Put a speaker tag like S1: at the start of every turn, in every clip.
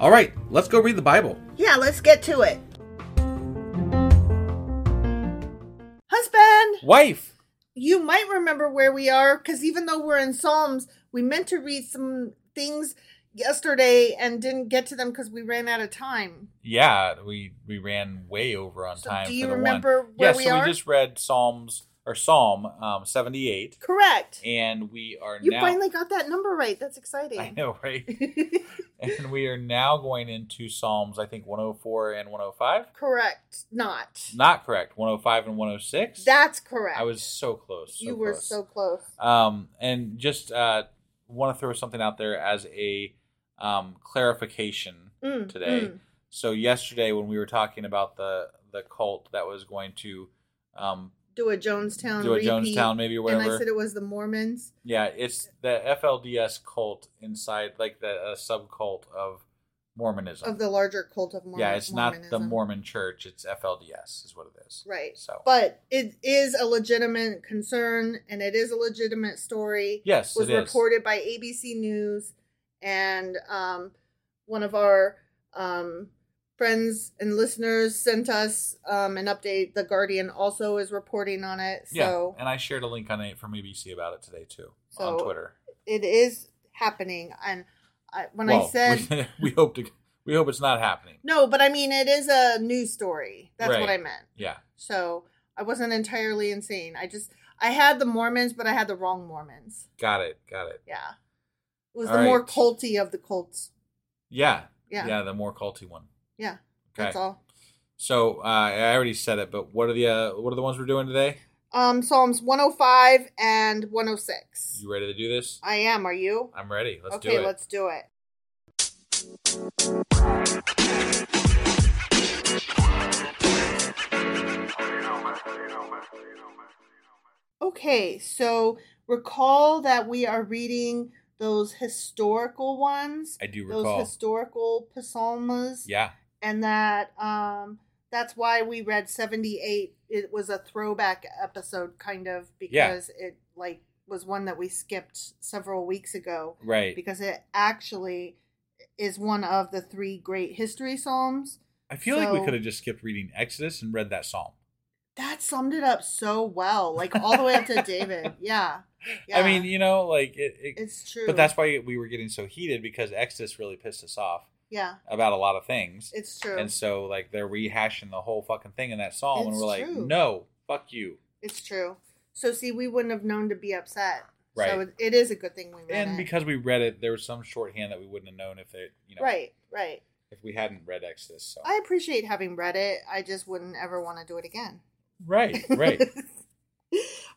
S1: All right, let's go read the Bible.
S2: Yeah, let's get to it. Husband,
S1: Wife!
S2: you might remember where we are because even though we're in Psalms, we meant to read some things yesterday and didn't get to them because we ran out of time.
S3: Yeah, we we ran way over on
S2: So
S3: time.
S2: do you
S3: for the
S2: remember
S3: one.
S2: where
S3: yeah,
S2: we
S3: so
S2: are?
S3: we just read Psalms or Psalm um, seventy eight,
S2: Correct.
S3: and we are
S2: You
S3: now.
S2: finally got that number right. That's exciting.
S3: I know, right? and we are now going into Psalms. I think one hundred four and one hundred five.
S2: Correct. Not.
S3: Not correct. One hundred five and one hundred six.
S2: That's correct.
S3: I was so close. so
S2: you were
S3: close.
S2: so close.
S3: Um, and just uh, want to throw something out there as a um, clarification
S2: Mm,
S3: today.
S2: mm.
S3: So yesterday, when we were talking about the the cult that was going to, um,
S2: Do a Jonestown.
S3: Do a
S2: repeat,
S3: Jonestown, maybe, or
S2: And I
S3: whatever.
S2: said it was the Mormons.
S3: yeah, it's the FLDS cult inside, like the uh, sub cult of Mormonism.
S2: of the larger cult of Mormon.
S3: yeah, it's not the
S2: Mormonism.
S3: Mormon Church; it's FLDS is what it is.
S2: Right.
S3: So,
S2: But it is a legitimate concern, and it is a legitimate story.
S3: Yes,
S2: was
S3: it is.
S2: reported by ABC News, and um, one of our um, friends and listeners sent us um, an update. The Guardian also is reporting on it, so
S3: yeah, and I shared a link on it from ABC about it today too
S2: So,
S3: on Twitter.
S2: it is happening. And I, when I
S3: Well,
S2: said
S3: we, we hope to, we hope it's not happening.
S2: no, but I mean it is a news story. That's what
S3: Right.
S2: I meant.
S3: Yeah,
S2: So I wasn't entirely insane. I just I had the Mormons, but I had the wrong Mormons.
S3: got it, got it.
S2: Yeah, it was
S3: All
S2: the more
S3: right.
S2: culty of the cults.
S3: Yeah.
S2: Yeah.
S3: Yeah, the more culty one.
S2: Yeah.
S3: Okay.
S2: That's all.
S3: So uh, I already said it, but what are the uh, what are the ones we're doing today?
S2: Um, Psalms 105 and 106.
S3: You ready to do this?
S2: I am. Are you?
S3: I'm ready. Let's
S2: okay,
S3: do it.
S2: let's do it. Okay, so recall that we are reading those historical ones.
S3: I do
S2: those
S3: recall.
S2: historical psalms.
S3: yeah.
S2: And that um that's why we read 78. It was a throwback episode kind of because it like was one that we skipped several weeks ago
S3: Right.
S2: because it actually is one of the three great history psalms.
S3: I feel like we
S2: so-
S3: could have just skipped reading Exodus and read that psalm.
S2: That summed it up so well, like all the way up to David. Yeah. yeah.
S3: I mean, you know, like it. it
S2: it's true.
S3: But that's why we were getting so heated because Exodus really pissed us off
S2: yeah,
S3: about a lot of things.
S2: it's true.
S3: And so, like, they're rehashing the whole fucking thing in that psalm, and
S2: It's
S3: we're like,
S2: true.
S3: no, fuck you.
S2: it's true. So see, we wouldn't have known to be upset. So
S3: Right.
S2: it, it is a good thing we read
S3: And
S2: it.
S3: because we read it, there was some shorthand that we wouldn't have known if it, you know,
S2: right, right.
S3: if we hadn't read Exodus. So.
S2: I appreciate having read it. I just wouldn't ever want to do it again.
S3: right, right.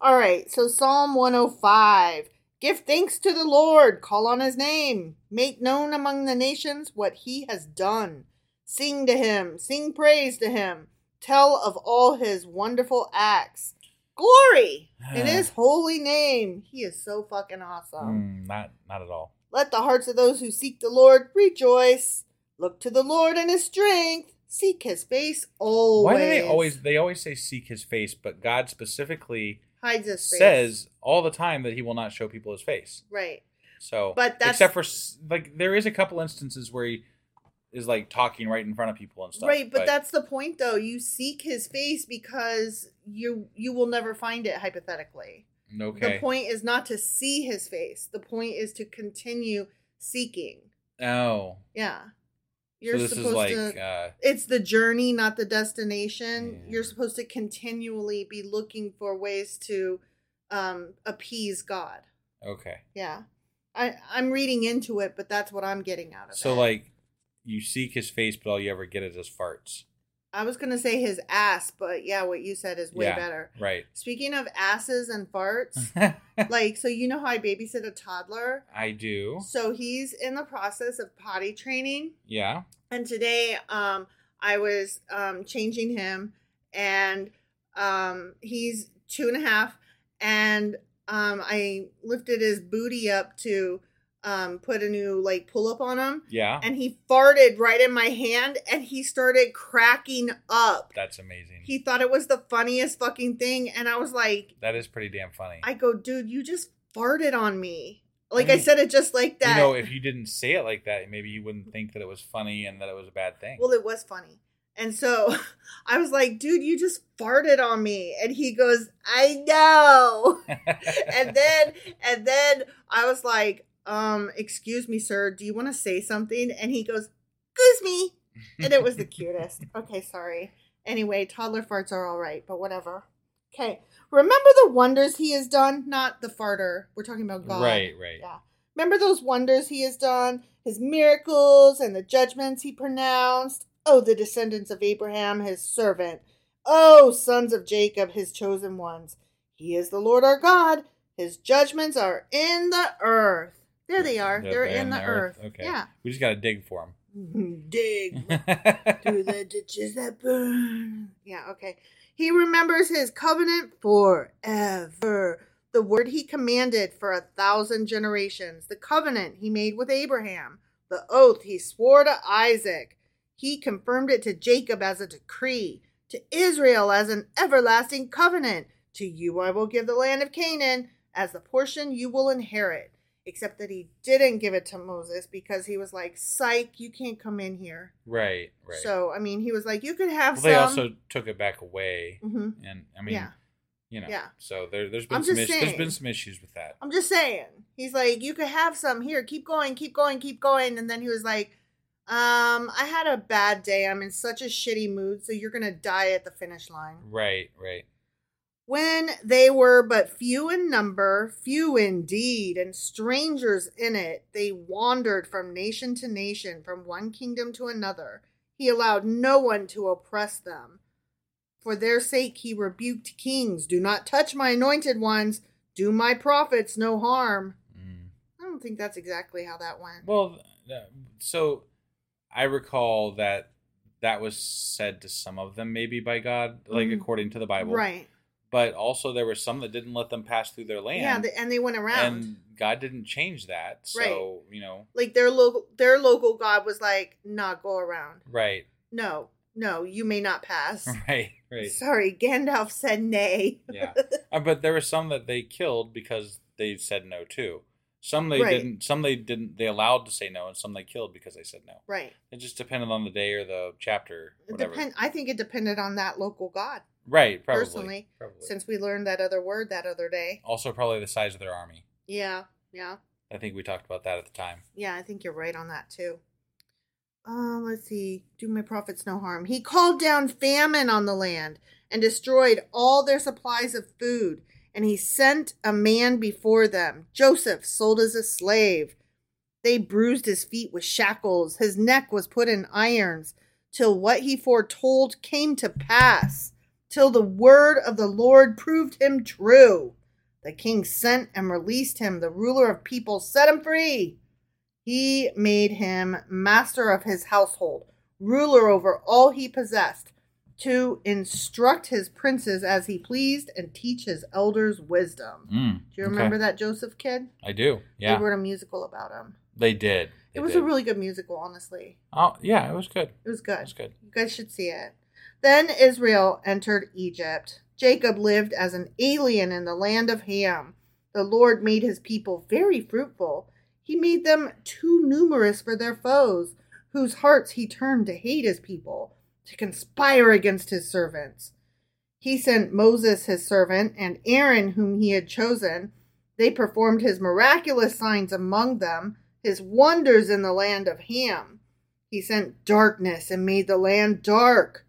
S2: All right, so Psalm 105. Give thanks to the Lord, call on his name, make known among the nations what he has done. Sing to him, sing praise to him, tell of all his wonderful acts. Glory in his holy name. He is so fucking awesome.
S3: Mm, not, not at all.
S2: Let the hearts of those who seek the Lord rejoice. Look to the Lord in his strength, seek his face always.
S3: Why do they always? They always say seek His face, but God specifically
S2: hides his face?
S3: says all the time that He will not show people His face.
S2: right.
S3: So,
S2: But that's-
S3: except for s- like there is a couple instances where he is like talking right in front of people and stuff.
S2: Right, but, that's the point though. You seek his face because you you will never find it hypothetically.
S3: okay.
S2: The point is not to see his face. The point is to continue seeking.
S3: Oh,
S2: Yeah.
S3: so this is like
S2: to
S3: uh,
S2: it's the journey, not the destination.
S3: Yeah.
S2: You're supposed to continually be looking for ways to um appease God.
S3: okay.
S2: Yeah. I I'm reading into it, but that's what I'm getting out of it.
S3: So like you seek his face, but all you ever get is his farts.
S2: I was gonna say his ass, but yeah, what you said is way
S3: Yeah,
S2: better.
S3: Right.
S2: Speaking of asses and farts, like, so you know how I babysit a toddler?
S3: I do.
S2: So he's in the process of potty training.
S3: Yeah.
S2: And today, um, I was um, changing him, and um, he's two and a half. And um, I lifted his booty up to um, put a new like pull up on him,
S3: Yeah.
S2: and he farted right in my hand, and he started cracking up.
S3: that's amazing.
S2: He thought it was the funniest fucking thing, and I was like,
S3: that is pretty damn funny.
S2: I go, dude, you just farted on me. Like I
S3: mean,
S2: said it just like that.
S3: You know, if you didn't say it like that, maybe you wouldn't think that it was funny and that it was a bad thing.
S2: well, it was funny. And so I was like, dude, you just farted on me. And he goes, I know. and then and then I was like, um, excuse me, sir, do you want to say something? And he goes, excuse me. And it was the cutest. Okay, sorry. Anyway, toddler farts are all right, but whatever. Okay. Remember the wonders he has done? Not the farter. We're talking about oh God.
S3: Right, right.
S2: Yeah. Remember those wonders he has done, his miracles and the judgments he pronounced? Oh, the descendants of Abraham, his servant. Oh, sons of Jacob, his chosen ones. He is the Lord our God. His judgments are in the earth. There they are.
S3: That
S2: They're
S3: they're
S2: in the, earth.
S3: Okay.
S2: Yeah.
S3: We just got to dig for
S2: Dig
S3: him.
S2: through the ditches that burn. Yeah, okay. He remembers his covenant forever. The word he commanded for a thousand generations, the covenant he made with Abraham, the oath he swore to Isaac. He confirmed it to Jacob as a decree, to Israel as an everlasting covenant. To you I will give the land of Canaan as the portion you will inherit. Except that he didn't give it to Moses because he was like, psych, you can't come in here.
S3: Right, right.
S2: So I mean, he was like, "You could have
S3: well,
S2: some."
S3: they also took it back away,
S2: Mhm.
S3: and I mean,
S2: Yeah.
S3: you know,
S2: Yeah.
S3: So there, there's
S2: I'm
S3: been some issues,
S2: just
S3: there's
S2: saying. Um,
S3: been some issues with that.
S2: I'm just saying. He's like, "You could have some here. Keep going, keep going, keep going." And then he was like, "Um, I had a bad day. I'm in such a shitty mood. So you're gonna die at the finish line."
S3: Right, right.
S2: when they were but few in number, few indeed, and strangers in it, they wandered from nation to nation, from one kingdom to another. He allowed no one to oppress them. For their sake he rebuked kings Do not touch my anointed ones, do my prophets no harm.
S3: Mm.
S2: I don't think that's exactly how that went.
S3: Well, th- so I recall that that was said to some of them, maybe by God, like
S2: Mhm.
S3: according to the Bible.
S2: right.
S3: But also, there were some that didn't let them pass through their land.
S2: yeah, the, and they went around.
S3: and God didn't change that. So, you know,
S2: like their local their local god was like, "Not go around.
S3: right,
S2: No, no, you may not pass."
S3: right, right.
S2: Sorry, Gandalf said nay.
S3: yeah. Uh, But there were some that they killed because they said no too. Some they
S2: Right.
S3: didn't. Some they didn't. They allowed to say no, and some they killed because they said no.
S2: Right.
S3: It just depended on the day or the chapter,
S2: It
S3: whatever.
S2: depend. I think it depended on that local god.
S3: right, probably.
S2: personally,
S3: probably.
S2: Since we learned that other word that other day.
S3: also, probably the size of their army.
S2: Yeah, yeah,
S3: I think we talked about that at the time.
S2: yeah. I think you're right on that too. Uh, let's see. Do my prophets no harm? He called down famine on the land and destroyed all their supplies of food. And he sent a man before them, Joseph, sold as a slave. They bruised his feet with shackles. His neck was put in irons, till what he foretold came to pass, till the word of the Lord proved him true. The king sent and released him. The ruler of people set him free. He made him master of his household, ruler over all he possessed, to instruct his princes as he pleased and teach his elders wisdom.
S3: Mm,
S2: Do you remember that Joseph kid?
S3: I do. Yeah,
S2: They wrote a musical about him.
S3: they did. They
S2: It was
S3: did.
S2: a really good musical, honestly.
S3: Oh yeah, it was good.
S2: It was good.
S3: It was good.
S2: You guys should see it. Then Israel entered Egypt. Jacob lived as an alien in the land of Ham. The Lord made his people very fruitful. He made them too numerous for their foes, whose hearts he turned to hate his people, to conspire against his servants. He sent Moses, his servant, and Aaron, whom he had chosen. They performed his miraculous signs among them, his wonders in the land of Ham. He sent darkness and made the land dark.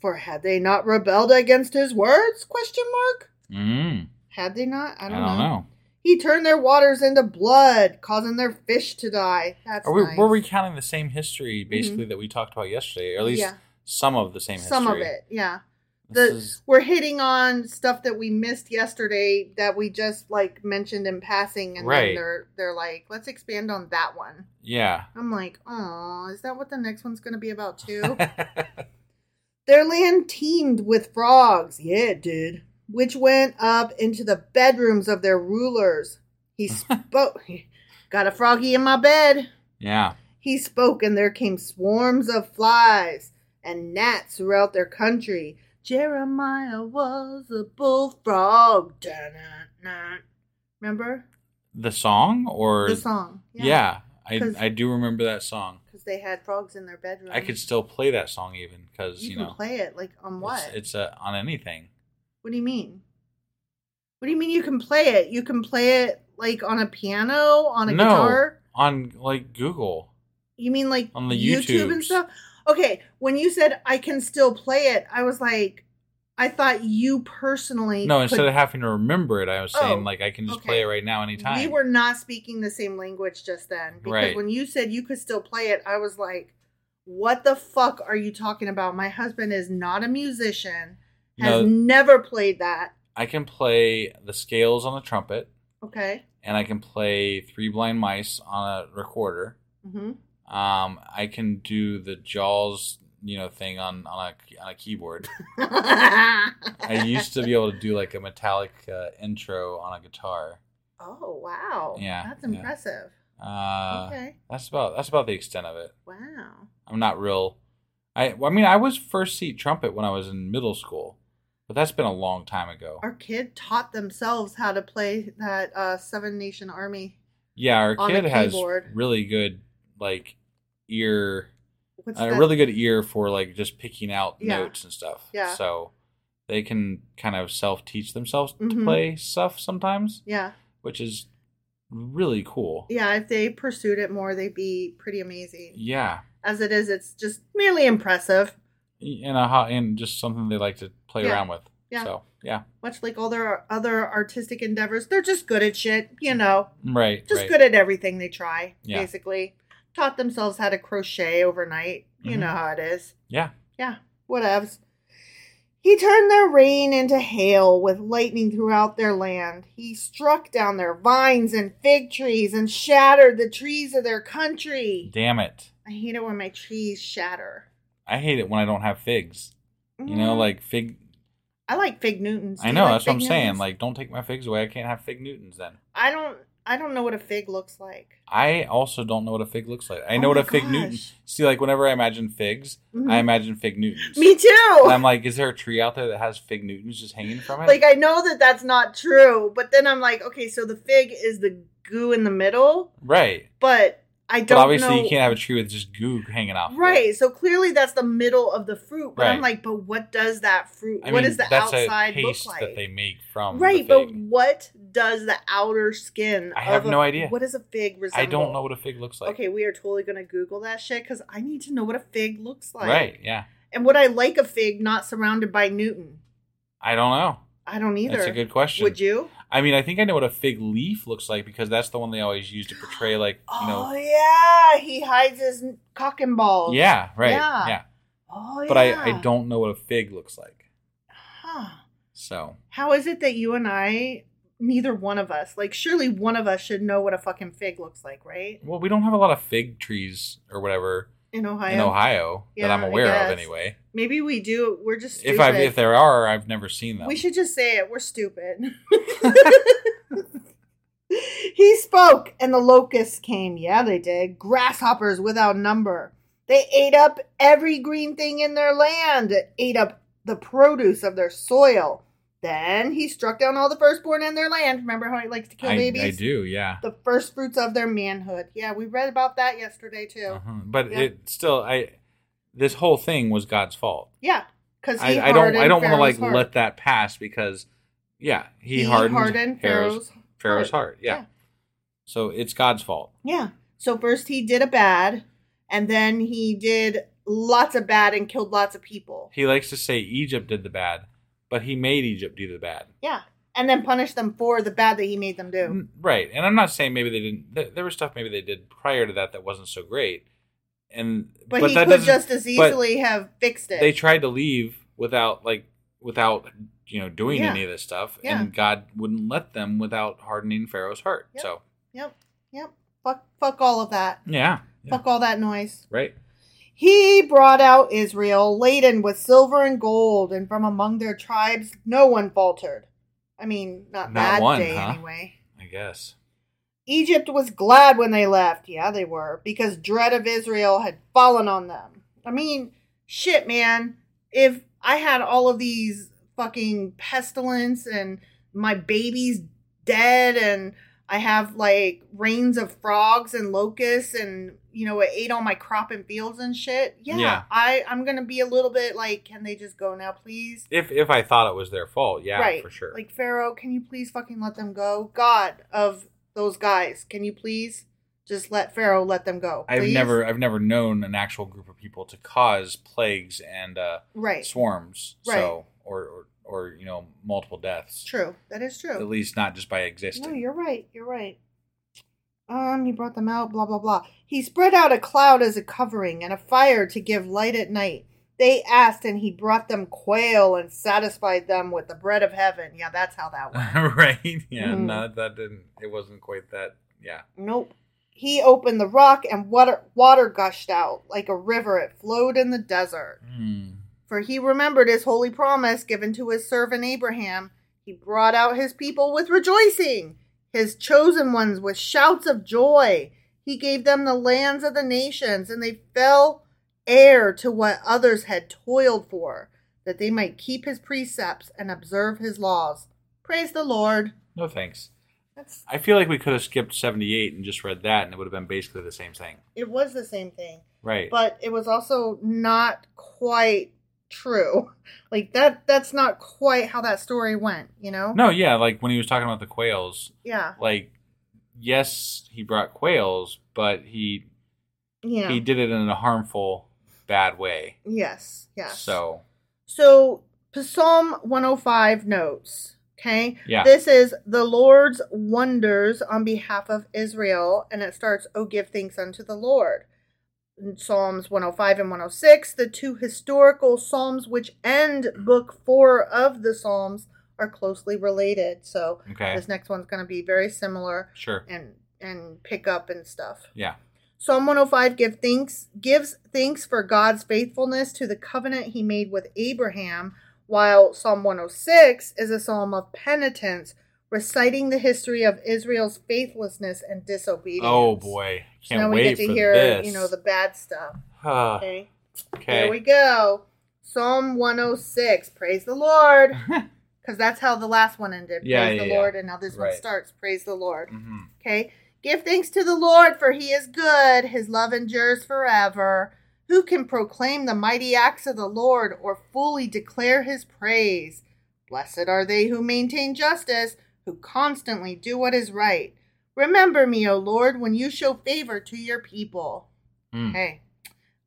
S2: For had they not rebelled against his words? Question mark.
S3: Mm,
S2: Had they not? I don't, know.
S3: know.
S2: He turned their waters into blood, causing their fish to die. That's
S3: Are we,
S2: nice. Mm-hmm.
S3: We're recounting the same history basically that we talked about yesterday, or at least
S2: Yeah.
S3: some of the same history.
S2: Some of it, yeah.
S3: This
S2: The,
S3: is-
S2: We're hitting on stuff that we missed yesterday that we just like mentioned in passing, and
S3: Right.
S2: then they're they're like, let's expand on that one.
S3: Yeah.
S2: I'm like, oh, is that what the next one's going to be about too? Their land teemed with frogs. Yeah, it did. Which went up into the bedrooms of their rulers. He spoke. Got a froggy in my bed.
S3: yeah.
S2: He spoke, and there came swarms of flies and gnats throughout their country. Jeremiah was a bullfrog. Da-na-na. Remember
S3: The song or
S2: the song?
S3: Yeah,
S2: Because-
S3: I I do remember that song.
S2: Because they had frogs in their bedroom.
S3: I could still play that song even because
S2: You
S3: you,
S2: can
S3: know
S2: play it like on what?
S3: it's, it's uh, on anything.
S2: What do you mean? What do you mean you can play it? You can play it like on a piano, on a
S3: no,
S2: guitar?
S3: on like Google.
S2: You mean like
S3: On the
S2: YouTube and
S3: YouTubes.
S2: stuff? Okay, when you said I can still play it, I was like, I thought you personally.
S3: No,
S2: could-
S3: instead of having to remember it, I was saying
S2: Oh,
S3: like I can just
S2: okay.
S3: play it right now anytime.
S2: We were not speaking the same language just then. Because
S3: Right.
S2: when you said you could still play it, I was like, what the fuck are you talking about? My husband is not a musician, has
S3: No.
S2: never played that.
S3: I can play the scales on the trumpet,
S2: Okay.
S3: and I can play Three Blind Mice on a recorder.
S2: hmm
S3: Um, I can do the Jaws, you know, thing on on a on a keyboard. I used to be able to do like a metallic uh, intro on a guitar.
S2: Oh wow!
S3: Yeah,
S2: that's
S3: yeah.
S2: impressive.
S3: Uh,
S2: okay,
S3: That's about that's about the extent of it.
S2: wow.
S3: I'm not real. I well, I mean I was first seat trumpet when I was in middle school, but that's been a long time ago.
S2: Our kid taught themselves how to play that uh, Seven Nation Army.
S3: yeah, our
S2: on
S3: kid
S2: the
S3: has
S2: keyboard.
S3: really good like ear,
S2: What's
S3: a
S2: that?
S3: really good ear for like just picking out
S2: Yeah.
S3: notes and stuff.
S2: Yeah.
S3: So they can kind of self teach themselves
S2: Mhm.
S3: to play stuff sometimes,
S2: Yeah,
S3: which is really cool.
S2: yeah. If they pursued it more, they'd be pretty amazing.
S3: Yeah.
S2: As it is, it's just merely impressive.
S3: and a hot and just something they like to play
S2: Yeah.
S3: around with.
S2: Yeah.
S3: So Yeah.
S2: Much like all their other artistic endeavors, they're just good at shit, you know.
S3: Right.
S2: Just
S3: right.
S2: good at everything they try,
S3: Yeah.
S2: basically. Taught themselves how to crochet overnight. You
S3: Mhm.
S2: know how it is.
S3: Yeah.
S2: Yeah, whatevs. He turned their rain into hail with lightning throughout their land. He struck down their vines and fig trees and shattered the trees of their country.
S3: Damn it.
S2: I hate it when my trees shatter.
S3: I hate it when I don't have figs. You know,
S2: Mm,
S3: like fig.
S2: I like fig Newtons. Do
S3: I
S2: you
S3: know
S2: like
S3: that's what I'm
S2: fig
S3: saying.
S2: Newtons?
S3: Like, don't take my figs away. I can't have fig Newtons then.
S2: I don't, I don't know what a fig looks like.
S3: I also don't know what a fig looks like. I
S2: Oh
S3: know what
S2: my
S3: a fig Newton.
S2: gosh.
S3: See, like whenever I imagine figs,
S2: Mhm.
S3: I imagine fig Newtons.
S2: Me too.
S3: And I'm like, is there a tree out there that has fig Newtons just hanging from it?
S2: like I know that that's not true, but then I'm like, okay, so the fig is the goo in the middle,
S3: right.
S2: but I don't.
S3: But obviously,
S2: know-
S3: you can't have a tree with just goo hanging off. of it.
S2: Right. So clearly that's the middle of the fruit. But I'm
S3: Right.
S2: like, but what does that fruit?
S3: I
S2: what
S3: mean,
S2: does the
S3: that's
S2: outside
S3: a paste
S2: look like?
S3: that they make from the
S2: right, but
S3: fig.
S2: what does the outer skin?
S3: I have
S2: of a-
S3: no idea.
S2: What does a fig resemble?
S3: I don't know what a fig looks like.
S2: okay, we are totally gonna Google that shit because I need to know what a fig looks like.
S3: right. Yeah.
S2: And would I like a fig not surrounded by Newton?
S3: I don't know.
S2: I don't either.
S3: That's a good question.
S2: Would you?
S3: I mean, I think I know what a fig leaf looks like because that's the one they always use to portray, like you
S2: Oh
S3: know.
S2: yeah, he hides his n- cock and balls.
S3: Yeah. Right.
S2: Yeah.
S3: Yeah.
S2: Oh
S3: But
S2: yeah.
S3: I I don't know what a fig looks like.
S2: Huh.
S3: So
S2: How is it that you and I, neither one of us, like surely one of us should know what a fucking fig looks like, right?
S3: well, we don't have a lot of fig trees or whatever
S2: In Ohio.
S3: in Ohio
S2: Yeah,
S3: that I'm
S2: I
S3: aware of,
S2: guess.
S3: anyway.
S2: Maybe we do. We're just stupid.
S3: If I if there are, I've never seen them.
S2: we should just say it. We're stupid. he spoke, and the locusts came. Yeah, they did. Grasshoppers without number. They ate up every green thing in their land, ate up the produce of their soil. Then he struck down all the firstborn in their land. Remember how he likes to kill
S3: I,
S2: babies?
S3: I do, yeah.
S2: the first fruits of their manhood. Yeah, we read about that yesterday too.
S3: Uh-huh. But
S2: Yeah.
S3: it still, I this whole thing was God's fault.
S2: Yeah, because
S3: I, I don't, I don't want to like let that pass because, yeah, he,
S2: He
S3: hardened,
S2: hardened
S3: Pharaoh's
S2: Pharaoh's
S3: Pharaoh's
S2: heart.
S3: heart. Yeah.
S2: Yeah.
S3: so it's God's fault.
S2: Yeah. So first he did a bad, and then he did lots of bad and killed lots of people.
S3: He likes to say Egypt did the bad, but he made Egypt do the bad.
S2: Yeah, and then punished them for the bad that he made them do.
S3: N- Right. And I'm not saying maybe they didn't. th- There was stuff maybe they did prior to that that wasn't so great. And
S2: But, he
S3: that
S2: could
S3: doesn't-
S2: just as
S3: but
S2: easily have fixed it.
S3: They tried to leave without like without you know doing
S2: Yeah.
S3: any of this stuff,
S2: Yeah.
S3: and God wouldn't let them without hardening Pharaoh's heart.
S2: Yep.
S3: So
S2: yep. Yep. Fuck. Fuck all of that.
S3: yeah, Yeah.
S2: Fuck all that noise.
S3: right.
S2: He brought out Israel laden with silver and gold, and from among their tribes no one faltered. I mean, not,
S3: Not
S2: that
S3: one,
S2: day
S3: huh?
S2: anyway.
S3: I guess.
S2: Egypt was glad when they left. Yeah, they were, because dread of Israel had fallen on them. I mean, shit, man. If I had all of these fucking pestilence and my baby's dead and I have like rains of frogs and locusts and you know it ate all my crop and fields and shit. Yeah,
S3: Yeah.
S2: I I'm gonna be a little bit like, can they just go now, please?
S3: If if I thought it was their fault, yeah, for sure.
S2: Like Pharaoh, can you please fucking let them go? God of those guys, can you please just let Pharaoh let them go?
S3: I've
S2: please?
S3: never I've never known an actual group of people to cause plagues and uh,
S2: right.
S3: swarms,
S2: Right.
S3: so or, or or you know multiple deaths.
S2: True, that is true.
S3: At least not just by existing.
S2: No, you're right. You're right. Um, he brought them out, blah, blah, blah. He spread out a cloud as a covering and a fire to give light at night. They asked, and he brought them quail and satisfied them with the bread of heaven. Yeah, that's how that went.
S3: right? Yeah.
S2: Mhm.
S3: No, that didn't. It wasn't quite that. Yeah.
S2: Nope. He opened the rock, and water, water gushed out like a river. It flowed in the desert.
S3: Hmm,
S2: For he remembered his holy promise given to his servant Abraham. He brought out his people with rejoicing, his chosen ones with shouts of joy. He gave them the lands of the nations, and they fell heir to what others had toiled for, that they might keep his precepts and observe his laws. Praise the Lord.
S3: No thanks.
S2: That's
S3: I feel like we could have skipped seventy eight and just read that, and it would have been basically the same thing.
S2: it was the same thing.
S3: Right.
S2: but it was also not quite true. Like that that's not quite how that story went, you know?
S3: no, yeah, like when he was talking about the quails,
S2: Yeah.
S3: like yes, he brought quails, but he
S2: Yeah.
S3: he did it in a harmful, bad way.
S2: yes. Yes.
S3: So
S2: so Psalm 105 notes. Okay.
S3: Yeah.
S2: This is the Lord's wonders on behalf of Israel, and it starts, Oh, give thanks unto the Lord. In Psalms 105 and 106, the two historical Psalms which end book four of the Psalms are closely related. So
S3: Okay.
S2: this next one's going to be very similar
S3: Sure.
S2: and and pick up and stuff.
S3: Yeah.
S2: Psalm 105 give thanks, gives thanks for God's faithfulness to the covenant he made with Abraham, while Psalm 106 is a psalm of penitence, reciting the history of Israel's faithlessness and disobedience.
S3: Oh boy.
S2: So
S3: Can't
S2: now
S3: wait
S2: we get to
S3: for
S2: hear,
S3: this.
S2: you know, the bad stuff.
S3: Ah,
S2: Okay?
S3: okay.
S2: Here we go. Psalm 106. Praise the Lord. Because that's how the last one ended.
S3: Yeah,
S2: Praise
S3: yeah,
S2: the
S3: yeah.
S2: Lord. And now this
S3: Right.
S2: one starts. Praise the Lord.
S3: Mhm.
S2: Okay. Give thanks to the Lord, for he is good. His love endures forever. Who can proclaim the mighty acts of the Lord or fully declare his praise? Blessed are they who maintain justice, who constantly do what is right. Remember me, O Lord, when you show favor to your people.
S3: Mm.
S2: Okay.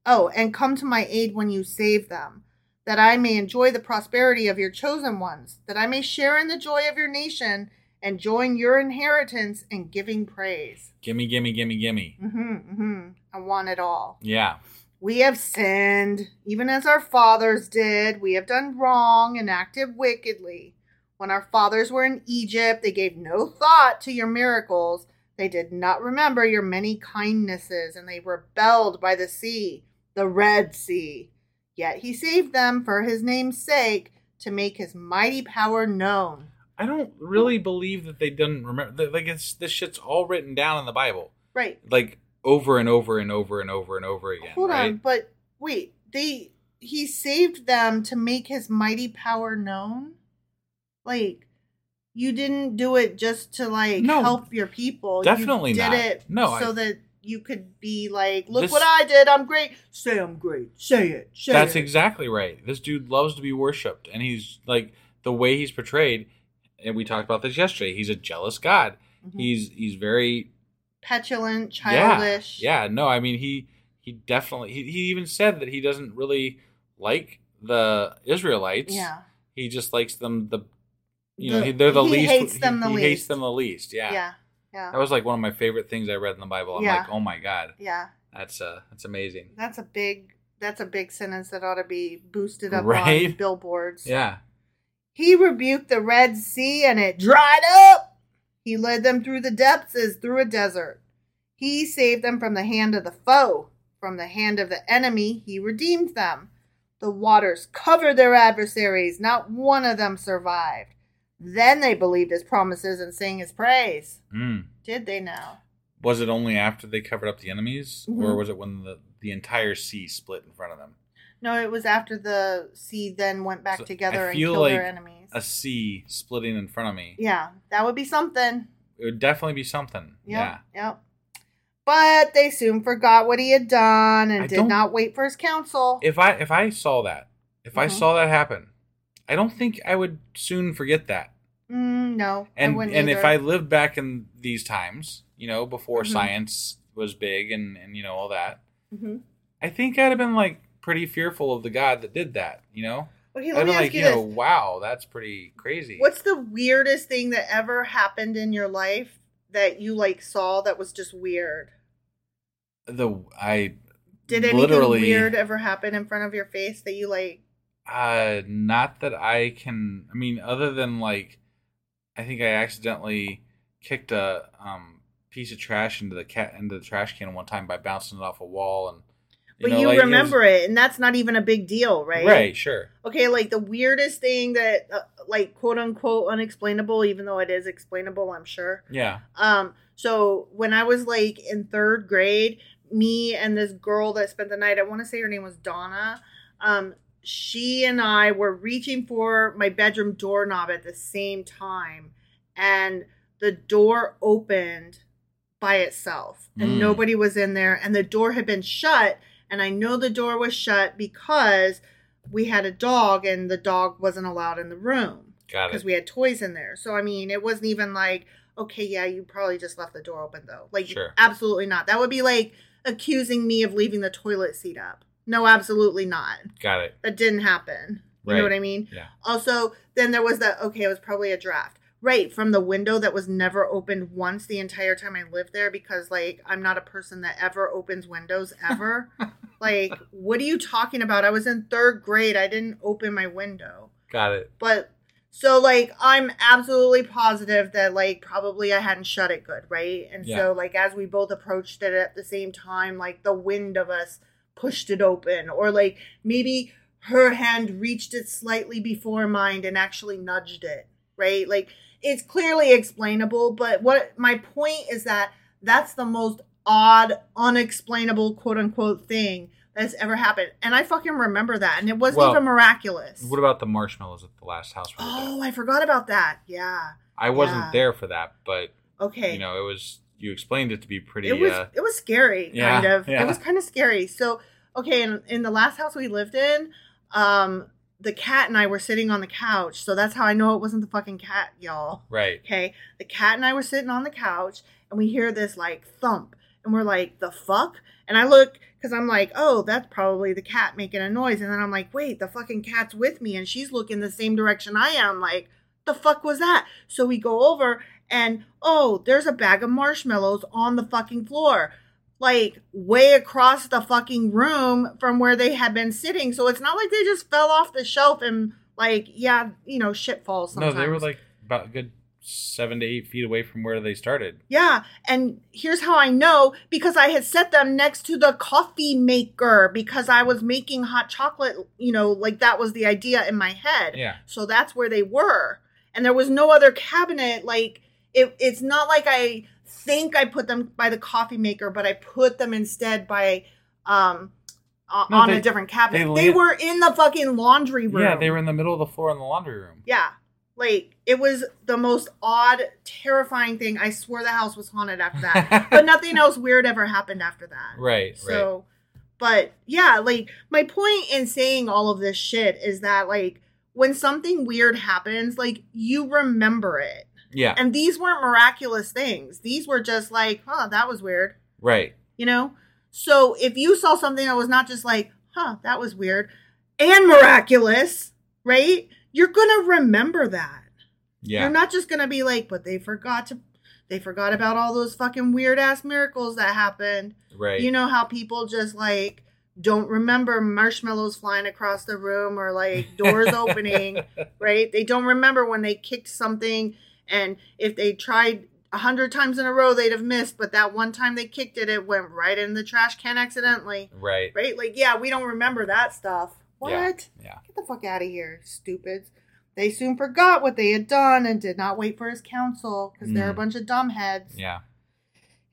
S2: Oh, and come to my aid when you save them, that I may enjoy the prosperity of your chosen ones, that I may share in the joy of your nation and join your inheritance in giving praise.
S3: Gimme, gimme, gimme, gimme.
S2: hmm hmm I want it all.
S3: Yeah.
S2: We have sinned, even as our fathers did. We have done wrong and acted wickedly. When our fathers were in Egypt, they gave no thought to your miracles. They did not remember your many kindnesses, and they rebelled by the sea, the Red Sea. Yet he saved them for his name's sake to make his mighty power known.
S3: I don't really believe that they didn't remember. Like it's this shit's all written down in the Bible,
S2: Right.
S3: like over and over and over and over and over again.
S2: Hold
S3: right?
S2: on, but wait, they he saved them to make his mighty power known? Like you didn't do it just to like
S3: No,
S2: help your people. You
S3: definitely
S2: did
S3: not.
S2: it
S3: No,
S2: so
S3: I-
S2: that you could be like, look
S3: This-
S2: what I did, I'm great. Say I'm great. Say it. Say
S3: That's
S2: it.
S3: exactly right. This dude loves to be worshipped, and he's like the way he's portrayed. And we talked about this yesterday. He's a jealous god.
S2: Mm-hmm.
S3: He's he's very
S2: petulant,
S3: yeah.
S2: childish.
S3: Yeah, no, I mean he he definitely he, he even said that he doesn't really like the Israelites.
S2: Yeah.
S3: he just likes them the you know
S2: The-
S3: he, they're the
S2: he
S3: least
S2: hates them the
S3: he hates
S2: least.
S3: them the least.
S2: Yeah.
S3: Yeah.
S2: Yeah.
S3: that was like one of my favorite things I read in the Bible. I'm
S2: Yeah.
S3: like, oh my god,
S2: yeah.
S3: that's uh that's amazing.
S2: That's a big that's a big sentence that ought to be boosted up on
S3: Right?
S2: billboards.
S3: Yeah,
S2: He rebuked the Red Sea and it dried up. He led them through the depths as through a desert. He saved them from the hand of the foe. From the hand of the enemy, he redeemed them. The waters covered their adversaries. Not one of them survived. Then they believed his promises and sang his praise.
S3: Mm.
S2: Did they now?
S3: was it only after they covered up the enemies, or
S2: Mhm.
S3: was it when the the entire sea split in front of them?
S2: No, it was after the sea then went back
S3: So, I
S2: together and
S3: feel
S2: killed their
S3: like
S2: enemies.
S3: A sea splitting in front of me.
S2: yeah, that would be something.
S3: It would definitely be something. Yeah.
S2: Yep, Yep. But they soon forgot what he had done and
S3: I
S2: did
S3: don't-
S2: not wait for his counsel.
S3: If I if I saw that, if I
S2: Mhm.
S3: saw that happen, I don't think I would soon forget that.
S2: mm, no, I
S3: and
S2: wouldn't
S3: and
S2: either.
S3: if I lived back in these times, you know, before
S2: Mhm.
S3: science was big and and you know all that,
S2: Mhm.
S3: I think I'd have been like pretty fearful of the God that did that. You know,
S2: okay,
S3: I'd
S2: let
S3: have
S2: me
S3: been
S2: ask
S3: like,
S2: you
S3: you
S2: this:
S3: know, wow, that's pretty crazy.
S2: What's the weirdest thing that ever happened in your life that you like saw that was just weird?
S3: the I
S2: Did anything
S3: Literally-
S2: weird ever happen in front of your face that you like?
S3: uh not that I can. I mean, other than like, I think I accidentally kicked a um piece of trash into the cat into the trash can one time by bouncing it off a wall and.
S2: But
S3: know,
S2: you,
S3: like, it was-
S2: remember it, and that's not even a big deal, right?
S3: right? Sure.
S2: Okay, like the weirdest thing that, uh, like, quote unquote, unexplainable, even though it is explainable, I'm sure.
S3: Yeah.
S2: Um, so when I was like in third grade, me and this girl that spent the night, I want to say her name was Donna. Um, she and I were reaching for my bedroom doorknob at the same time, and the door opened by itself, and
S3: Mm.
S2: nobody was in there, and the door had been shut. And I know the door was shut because we had a dog, and the dog wasn't allowed in the room
S3: Got it.
S2: because we had toys in there. So I mean, it wasn't even like, okay, yeah, you probably just left the door open though. Like,
S3: Sure.
S2: absolutely not. That would be like accusing me of leaving the toilet seat up. No, absolutely not.
S3: Got it.
S2: That didn't happen. You
S3: Right.
S2: know what I mean?
S3: Yeah.
S2: Also, then there was that okay, it was probably a draft. Right, from the window that was never opened once the entire time I lived there because like I'm not a person that ever opens windows ever. like, what are you talking about? I was in 3rd grade. I didn't open my window.
S3: Got it.
S2: But so like I'm absolutely positive that like probably I hadn't shut it good, right? And
S3: Yeah.
S2: so like as we both approached it at the same time, like the wind of us pushed it open or like maybe her hand reached it slightly before mine and actually nudged it, right? Like it's clearly explainable, but what my point is that that's the most odd, unexplainable quote unquote thing that's ever happened. And I fucking remember that. And it wasn't
S3: Well,
S2: even miraculous.
S3: What about the marshmallows at the last house? We were
S2: Oh,
S3: at?
S2: I forgot about that. Yeah.
S3: I wasn't
S2: yeah.
S3: there for that, but
S2: Okay.
S3: you know, it was. You explained it to be pretty.
S2: it was
S3: uh,
S2: it was scary,
S3: Yeah,
S2: kind of.
S3: yeah.
S2: It was kind of scary. So, okay, in, in the last house we lived in, um, the cat and I were sitting on the couch. So that's how I know it wasn't the fucking cat, y'all.
S3: right.
S2: Okay. The cat and I were sitting on the couch and we hear this like thump and we're like, the fuck? And I look because I'm like, oh, that's probably the cat making a noise. And then I'm like, wait, the fucking cat's with me and she's looking the same direction I am. Like, the fuck was that? So we go over and oh, there's a bag of marshmallows on the fucking floor. Like way across the fucking room from where they had been sitting. So it's not like they just fell off the shelf and like, yeah, you know, shit falls sometimes.
S3: No, they were like about a good seven to eight feet away from where they started.
S2: Yeah, and here's how I know because I had set them next to the coffee maker because I was making hot chocolate, you know, like that was the idea in my head.
S3: Yeah.
S2: So that's where they were. And there was no other cabinet like it it's not like I think I put them by the coffee maker, but I put them instead by um o-
S3: No,
S2: on
S3: they-
S2: a different cabinet.
S3: they
S2: They,
S3: lay-
S2: were in the fucking laundry room.
S3: Yeah, they were in the middle of the floor in the laundry room.
S2: Yeah. Like it was the most odd, terrifying thing. I swear the house was haunted after that. but nothing else weird ever happened after that.
S3: Right. right.
S2: So but yeah, like my point in saying all of this shit is that like when something weird happens, like you remember it.
S3: Yeah.
S2: And these weren't miraculous things. These were just like, huh, that was weird
S3: right.
S2: you know so if you saw something that was not just like huh that was weird and miraculous right you're gonna remember that
S3: Yeah.
S2: you're not just gonna be like but they forgot to they forgot about all those fucking weird ass miracles that happened
S3: right.
S2: you know how people just like don't remember marshmallows flying across the room or like doors opening, right? They don't remember when they kicked something and if they tried a hundred times in a row they'd have missed, but that one time they kicked it, it went right in the trash can accidentally.
S3: Right.
S2: Right? Like, yeah, we don't remember that stuff. What?
S3: Yeah, yeah.
S2: Get the fuck out of here, stupids. They soon forgot what they had done and did not wait for his counsel because they're a
S3: Mm.
S2: bunch of dumbheads.
S3: Yeah.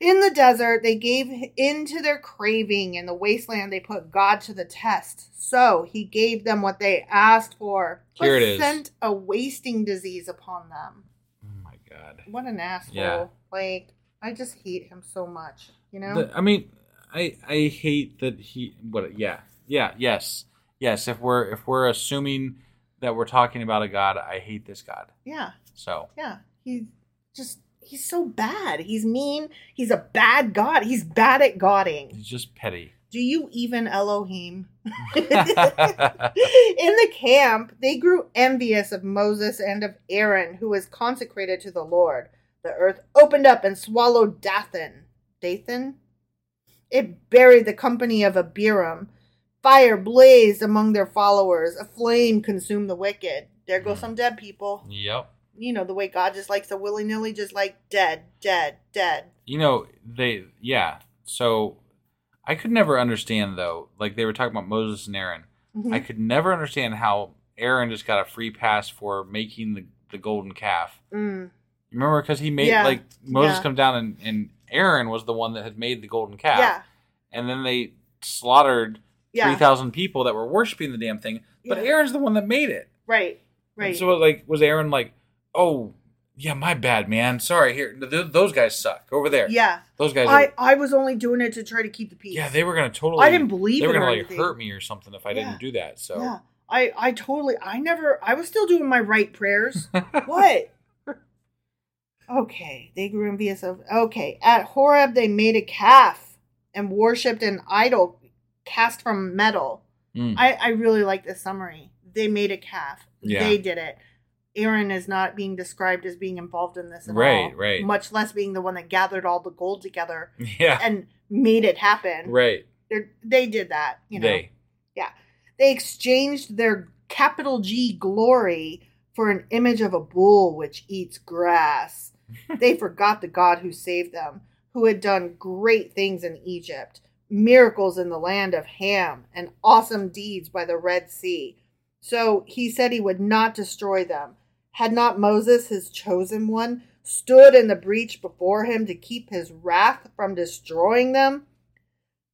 S2: In the desert, they gave in to their craving. In the wasteland, they put God to the test. So he gave them what they asked for, but
S3: Here it is.
S2: sent a wasting disease upon them.
S3: Oh my god.
S2: What an asshole!
S3: Yeah.
S2: Like I just hate him so much. You know?
S3: The- I mean, I I hate that he. What? Yeah. Yeah. Yes. Yes. If we're if we're assuming that we're talking about a god, I hate this god.
S2: yeah,
S3: So
S2: yeah. He just he's so bad. He's mean. He's a bad god. He's bad at godding.
S3: he's just petty.
S2: Do you even Elohim? In the camp, they grew envious of Moses and of Aaron, who was consecrated to the Lord. The earth opened up and swallowed Dathan. Dathan? It buried the company of Abiram. Fire blazed among their followers. A flame consumed the wicked. There go some dead people.
S3: yep.
S2: You know, the way God just likes to willy nilly, just like dead, dead, dead.
S3: You know they. Yeah. So I could never understand though. Like they were talking about Moses and Aaron.
S2: Mm-hmm.
S3: I could never understand how Aaron just got a free pass for making the the golden calf.
S2: Mm.
S3: Remember, because he made
S2: Yeah.
S3: like Moses
S2: Yeah.
S3: comes down and, and Aaron was the one that had made the golden calf.
S2: Yeah.
S3: And then they slaughtered
S2: Yeah.
S3: three thousand people that were worshiping the damn thing. But
S2: Yeah.
S3: Aaron's the one that made it.
S2: Right, right.
S3: And so like, was Aaron like, oh yeah, my bad, man. Sorry. Here, th- those guys suck over there.
S2: yeah.
S3: Those guys.
S2: I,
S3: are-
S2: I was only doing it to try to keep the peace.
S3: yeah, they were gonna totally.
S2: I didn't believe
S3: they were
S2: it or
S3: gonna like
S2: anything.
S3: hurt me or something if I
S2: Yeah.
S3: didn't do that. So
S2: Yeah. I, I totally I never I was still doing my right prayers. what? Okay, they grew envious of okay. At Horeb they made a calf and worshipped an idol cast from metal.
S3: Mm.
S2: I, I really like this summary. they made a calf.
S3: Yeah.
S2: They did it. Aaron is not being described as being involved in this at
S3: Right,
S2: all,
S3: right.
S2: Much less being the one that gathered all the gold together
S3: Yeah.
S2: and made it happen.
S3: Right.
S2: They're, they did that, you know.
S3: They.
S2: Yeah. They exchanged their capital G glory for an image of a bull which eats grass. they forgot the God who saved them, who had done great things in Egypt, miracles in the land of Ham, and awesome deeds by the Red Sea. So he said he would not destroy them. Had not Moses, his chosen one, stood in the breach before him to keep his wrath from destroying them?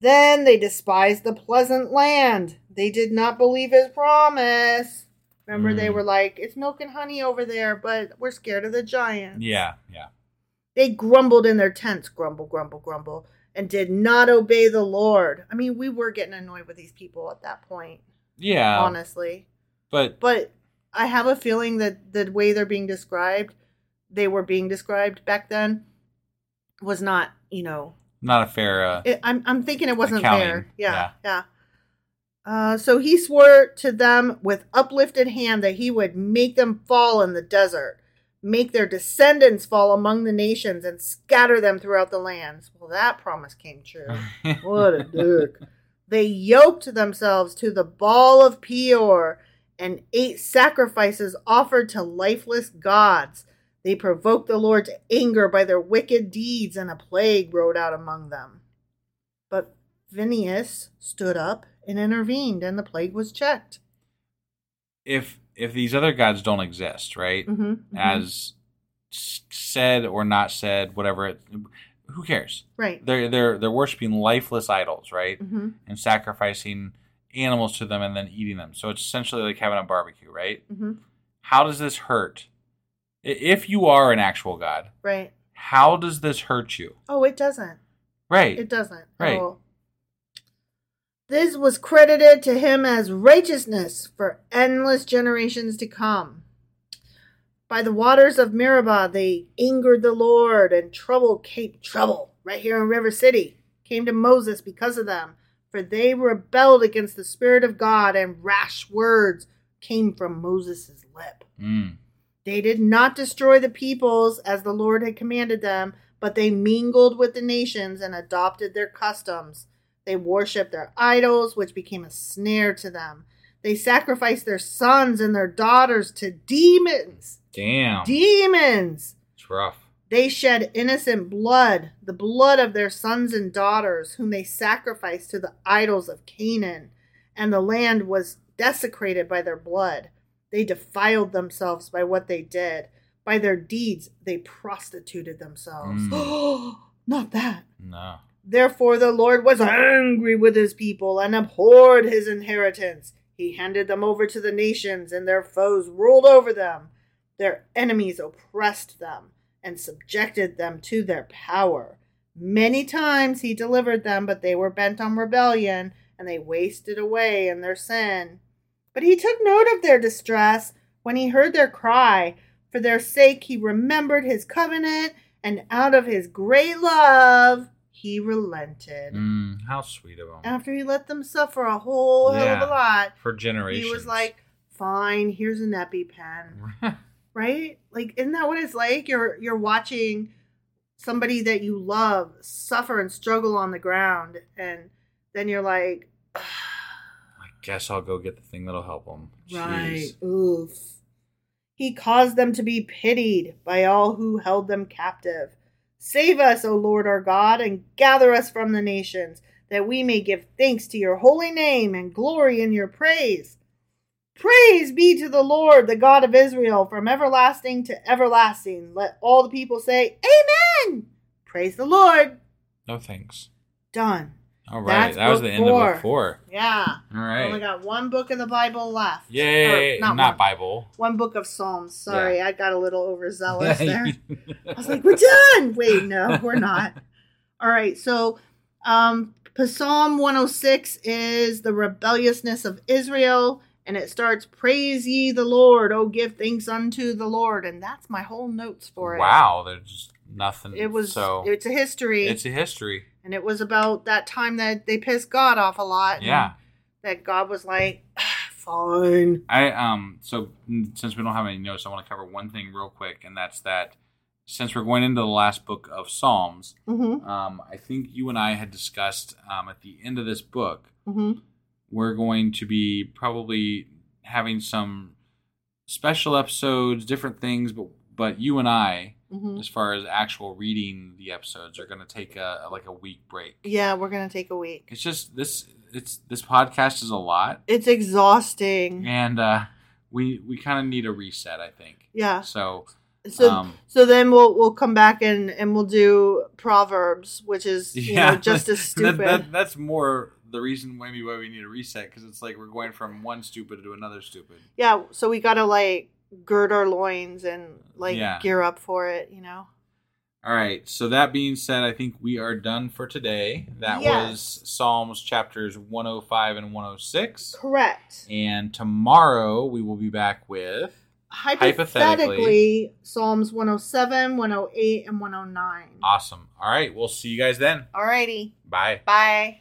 S2: Then they despised the pleasant land. They did not believe his promise. Remember, they
S3: Mm.
S2: were like, it's milk and honey over there, but we're scared of the giants.
S3: Yeah. Yeah.
S2: They grumbled in their tents, grumble, grumble, grumble, and did not obey the Lord. I mean, we were getting annoyed with these people at that point,
S3: Yeah.
S2: honestly.
S3: But
S2: But I have a feeling that the way they're being described, they were being described back then, was not, you know,
S3: not a fair. Uh,
S2: it, I'm, I'm thinking it wasn't
S3: Accounting,
S2: there. Yeah, yeah. Uh, so he swore to them with uplifted hand that he would make them fall in the desert, make their descendants fall among the nations, and scatter them throughout the lands. Well, that promise came true. what a dick. They yoked themselves to the ball of Peor and ate sacrifices offered to lifeless gods. They provoked the Lord to anger by their wicked deeds, and a plague rode out among them. But Phineas stood up and intervened, and the plague was checked.
S3: if if these other gods don't exist, right?
S2: Mhm, mhm.
S3: As s- said or not said, whatever. It, who cares?
S2: Right.
S3: They're they're they're worshiping lifeless idols, right?
S2: hmm
S3: And sacrificing animals to them and then eating them. So it's essentially like having a barbecue, right?
S2: hmm
S3: How does this hurt? I- If you are an actual god,
S2: Right.
S3: how does this hurt you?
S2: Oh, it doesn't.
S3: Right.
S2: It doesn't. at
S3: Right.
S2: all. This was credited to him as righteousness for endless generations to come. By the waters of Mirabah, they angered the Lord, and trouble came. Trouble right here in River City came to Moses because of them, for they rebelled against the Spirit of God, and rash words came from Moses' lip.
S3: Mm.
S2: They did not destroy the peoples as the Lord had commanded them, but they mingled with the nations and adopted their customs. They worshiped their idols, which became a snare to them. They sacrificed their sons and their daughters to demons.
S3: Damn.
S2: Demons!
S3: it's rough.
S2: They shed innocent blood, the blood of their sons and daughters, whom they sacrificed to the idols of Canaan, and the land was desecrated by their blood. They defiled themselves by what they did. By their deeds, they prostituted themselves. Not that.
S3: No.
S2: Therefore, the Lord was angry with his people and abhorred his inheritance. He handed them over to the nations, and their foes ruled over them. Their enemies oppressed them and subjected them to their power. Many times he delivered them, but they were bent on rebellion, and they wasted away in their sin. But he took note of their distress when he heard their cry. For their sake, he remembered his covenant, and out of his great love, he relented.
S3: Mm, how sweet of him.
S2: After he let them suffer a whole hell of
S3: Yeah.
S2: a lot,
S3: For generations. Mm.
S2: he was like, "Fine, here's an EpiPen." Right? Like, isn't that what it's like? You're you're watching somebody that you love suffer and struggle on the ground, and then you're like,
S3: I guess I'll go get the thing that'll help him.
S2: Right. Oof. He caused them to be pitied by all who held them captive. Save us, O Lord our God, and gather us from the nations, that we may give thanks to your holy name and glory in your praise. Praise be to the Lord, the God of Israel, from everlasting to everlasting. Let all the people say, Amen! Praise the Lord.
S3: No thanks.
S2: Done.
S3: All right.
S2: That's
S3: That was
S2: book
S3: the end of
S2: four.
S3: book four.
S2: Yeah.
S3: All
S2: I
S3: right.
S2: Only got one book in the Bible left.
S3: Yay.
S2: Or
S3: Not,
S2: one.
S3: Bible.
S2: One book of Psalms. Sorry, I got a little overzealous there. I was like,
S3: like,
S2: we're done. Wait, no, we're not. All right, so um, Psalm 106 is the rebelliousness of Israel, and it starts, Praise ye the Lord, oh, give thanks unto the Lord. And that's my whole notes for it.
S3: Wow. There's just nothing.
S2: It was,
S3: so.
S2: it's a history,
S3: It's a history.
S2: and it was about that time that they pissed God off a lot. and
S3: Yeah.
S2: That God was like, "Ah, fine.
S3: I um so mm, since we don't have any notes, I want to cover one thing real quick, and that's that since we're going into the last book of Psalms,
S2: Mm-hmm.
S3: um, I think you and I had discussed um, at the end of this book,
S2: Mm-hmm.
S3: we're going to be probably having some special episodes, different things, but but you and I,
S2: Mm-hmm.
S3: as far as actual reading the episodes, are going to take a, a- like a week break.
S2: Yeah, we're gonna take a week.
S3: It's just this it's this podcast is a lot,
S2: It's exhausting. Yeah.
S3: and uh, we we kind of need a reset. I think so.
S2: So
S3: Um,
S2: so then we'll we'll come back and and we'll do proverbs, which is you know just as
S3: that-
S2: stupid.
S3: that- that's more the reason maybe why we need a reset because it's like we're going from one stupid to another stupid.
S2: yeah. So we gotta like gird our loins and like
S3: Yeah.
S2: gear up for it. You know.
S3: All right. So that being said, I think we are done for today. That
S2: Yes.
S3: was Psalms chapters 105 and 106.
S2: Correct.
S3: And tomorrow we will be back with
S2: Hypothetically, Psalms 107, 108, and 109.
S3: awesome. All right. We'll see you guys then.
S2: Alrighty.
S3: Bye.
S2: Bye.